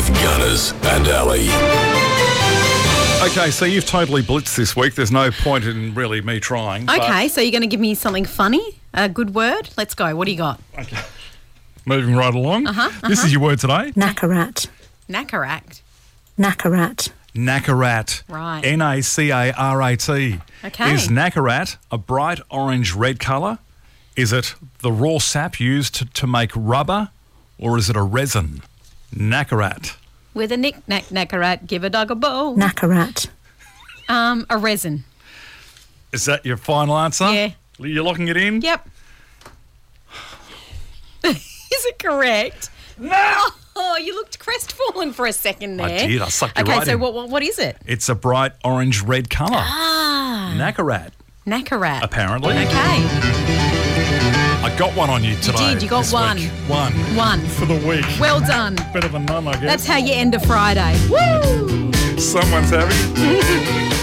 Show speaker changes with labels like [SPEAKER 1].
[SPEAKER 1] Maz and Ali.
[SPEAKER 2] Okay, so you've totally blitzed this week. There's no point in really me trying. but-
[SPEAKER 3] Okay, so you're going to give me something funny, a good word. Let's go. What do you got?
[SPEAKER 2] Moving right along. Uh-huh, This is your word today.
[SPEAKER 4] Nakarat.
[SPEAKER 3] Nacaract.
[SPEAKER 4] Nakarat.
[SPEAKER 2] Nackarat.
[SPEAKER 3] Right.
[SPEAKER 2] N A C A R A T.
[SPEAKER 3] Okay.
[SPEAKER 2] Is nackarat a bright orange red colour? Is it the raw sap used to, to make rubber? Or is it a resin? Nackarat.
[SPEAKER 3] With a knick knack nackarat, give a dog a bone.
[SPEAKER 4] Nakarat.
[SPEAKER 3] Um, a resin.
[SPEAKER 2] Is that your final answer?
[SPEAKER 3] Yeah.
[SPEAKER 2] You're locking it in?
[SPEAKER 3] Yep. Is it correct?
[SPEAKER 2] No!
[SPEAKER 3] Oh, you looked crestfallen for a second there.
[SPEAKER 2] I did. I sucked you
[SPEAKER 3] Okay,
[SPEAKER 2] right
[SPEAKER 3] so
[SPEAKER 2] in.
[SPEAKER 3] what, what what is it?
[SPEAKER 2] It's a bright orange red colour. Ah. Nackarat,
[SPEAKER 3] Nackarat.
[SPEAKER 2] apparently.
[SPEAKER 3] Okay,
[SPEAKER 2] I got one on you today.
[SPEAKER 3] did, you got
[SPEAKER 2] this
[SPEAKER 3] one.
[SPEAKER 2] week. One.
[SPEAKER 3] one.
[SPEAKER 2] For the week.
[SPEAKER 3] Well done.
[SPEAKER 2] Better than none, I guess.
[SPEAKER 3] That's how you end a Friday. Woo!
[SPEAKER 2] Someone's having.